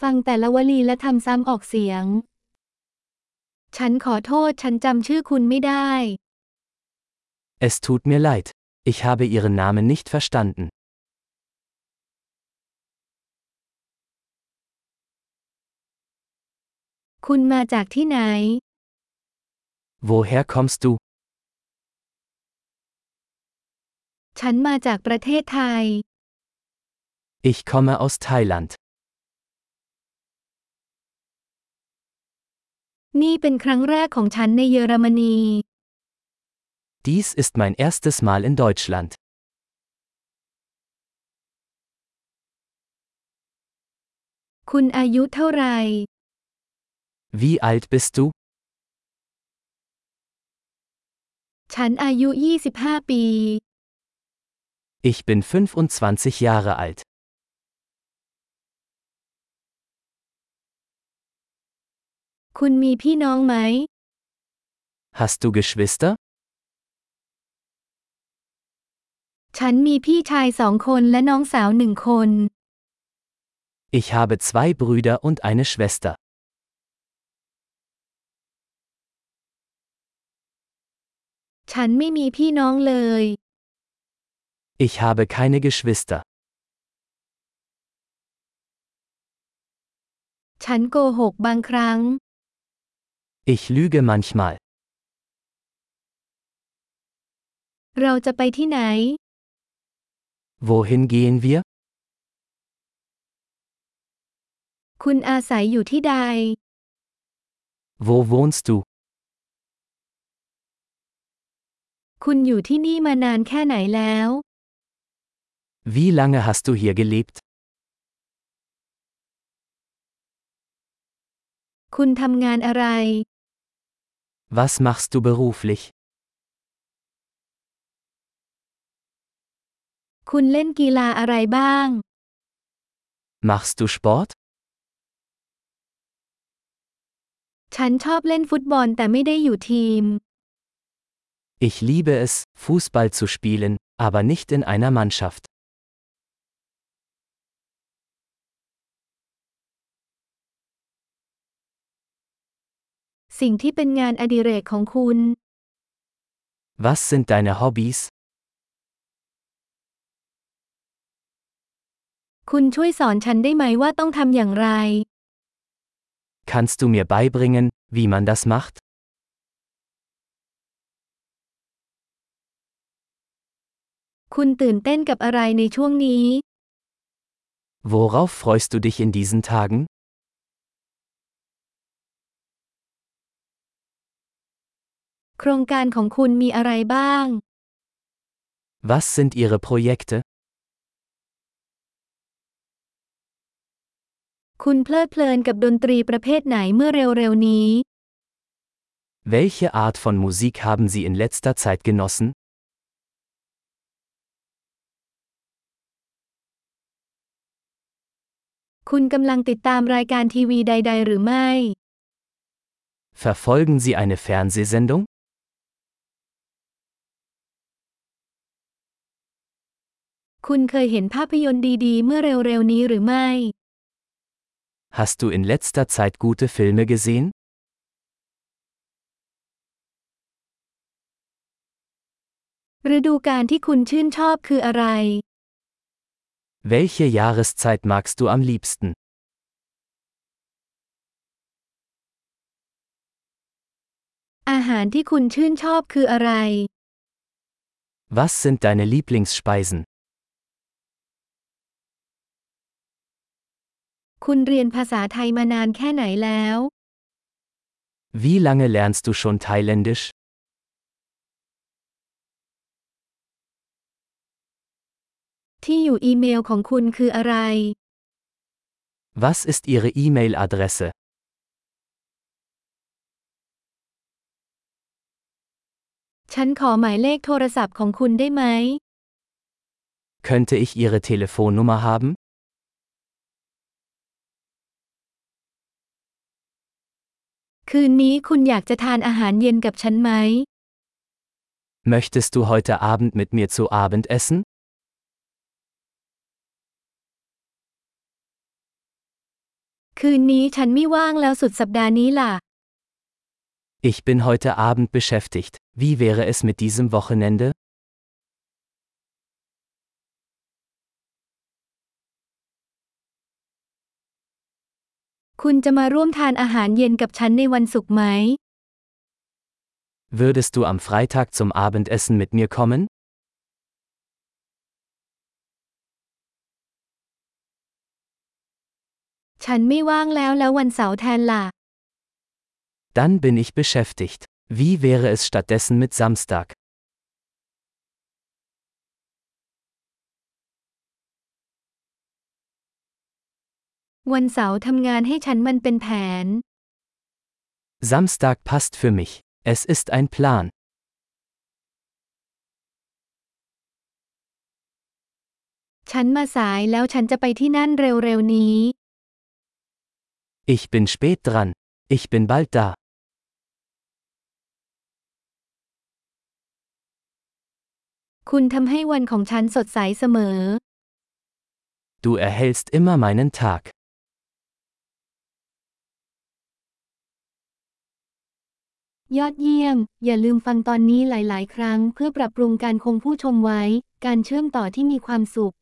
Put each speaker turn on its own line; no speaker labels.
ฟังแต่ละวลีและทำซ้ำออกเสียง ฉันขอโทษฉันจำชื่อคุณไม่ได้
Es tut mir leid. Ich habe Ihren Namen nicht verstanden.
คุณมาจากที่ไหน
Woher kommst du?
ฉันมาจากประเทศไทย
Ich komme aus Thailand.
นี่เป็นครั้งแรกของฉันในเยอรมนี
Dies ist mein erstes Mal in Deutschland.
คุณอายุเท่าไหร่
Wie alt bist du?
ฉันอายุ 25 ปี
Ich bin 25 Jahre alt.
คุณมีพี่น้องไหม
Hast du Geschwister?
ฉันมีพี่ชายสองคนและน้องสาวหนึ่งคน
Ich habe zwei Brüder und eine Schwester.
ฉันไม่มีพี่น้องเลย
Ich habe keine Geschwister.
ฉันโกหกบางครั้ง
Ich lüge manchmal.
เราจะไปที่ไหน
Wohin gehen wir?
คุณอาศัยอยู่ที่ใด
Wo wohnst du?
คุณอยู่ที่นี่มานานแค่ไหนแล้ว
Wie lange hast du hier gelebt?
คุณทำงานอะไร
Was machst du beruflich?
คุณเล่นกีฬาอะไรบ้าง
Machst du Sport?
ฉันชอบเล่นฟุตบอลแต่ไม่ได้อยู่ทีม
Ich liebe es, Fußball zu spielen, aber nicht in einer Mannschaft.
สิ่งที่เป็นงานอดิเรกของคุณ
Was sind deine Hobbys?
คุณช่วยสอนฉันได้ไหมว่าต้องทำอย่างไร
Kannst du mir beibringen, wie man das macht?
คุณตื่นเต้นกับอะไรในช่วงนี้
Worauf freust du dich in diesen Tagen?
โครงการของคุณมีอะไรบ้าง
Was sind ihre Projekte?
คุณเพลิดเพลินกับดนตรีประเภทไหนเมื่อเร็วๆนี้
Welche Art von Musik haben sie in letzter Zeit genossen?
คุณกำลังติดตามรายการทีวีใด ๆ หรือไม่
Verfolgen sie eine Fernsehsendung?
คุณเคยเห็นภาพยนตร์ดีๆ เมื่อเร็วๆนี้หรือไม่
Hast du in letzter Zeit gute Filme gesehen?
ฤดูกาลที่คุณชื่นชอบคืออะไร
Welche Jahreszeit magst du am liebsten?
อาหารที่คุณชื่นชอบคืออะไร
Was sind deine Lieblingsspeisen?
คุณเรียนภาษาไทยมานานแค่ไหนแล้ว
Wie lange lernst du schon Thailändisch?
ที่อยู่อีเมลของคุณคืออะไร
Was ist ihre E-Mail-Adresse?
ฉันขอหมายเลขโทรศัพท์ของคุณได้ไหม
Könnte ich ihre Telefonnummer haben?
คืนนี้คุณอยากจะทานอาหารเย็นกับฉันไหม
Möchtest du heute Abend mit mir zu Abend essen?
ค คืนนี้ฉันไม่ว่างแล้วสุดสัปดาห์นี้ล่ะ
Ich bin heute Abend beschäftigt. Wie wäre es mit diesem Wochenende?
คุณจะมาร่วมทานอาหารเย็นกับฉันในวันศุกร์ไหม
Würdest du am Freitag zum Abendessen mit mir kommen?
ฉันไม่ว่างแล้วแล้ววันเสาร์แทนล่ะ
Dann bin ich beschäftigt. Wie wäre es stattdessen mit Samstag?
วันเสาร์ทำงานให้ฉันมันเป็นแผน
Samstag passt für mich. Es ist ein Plan.
ฉันมาสายแล้วฉันจะไปที่นั่นเร็วๆนี้
Ich bin spät dran. Ich bin bald da.
คุณทำให้วันของฉันสดใสเสมอ
Du erhältst immer meinen Tag.
ยอดเยี่ยม อย่าลืมฟังตอนนี้หลายๆ ครั้ง เพื่อปรับปรุงการคงผู้ชมไว้ การเชื่อมต่อที่มีความสุข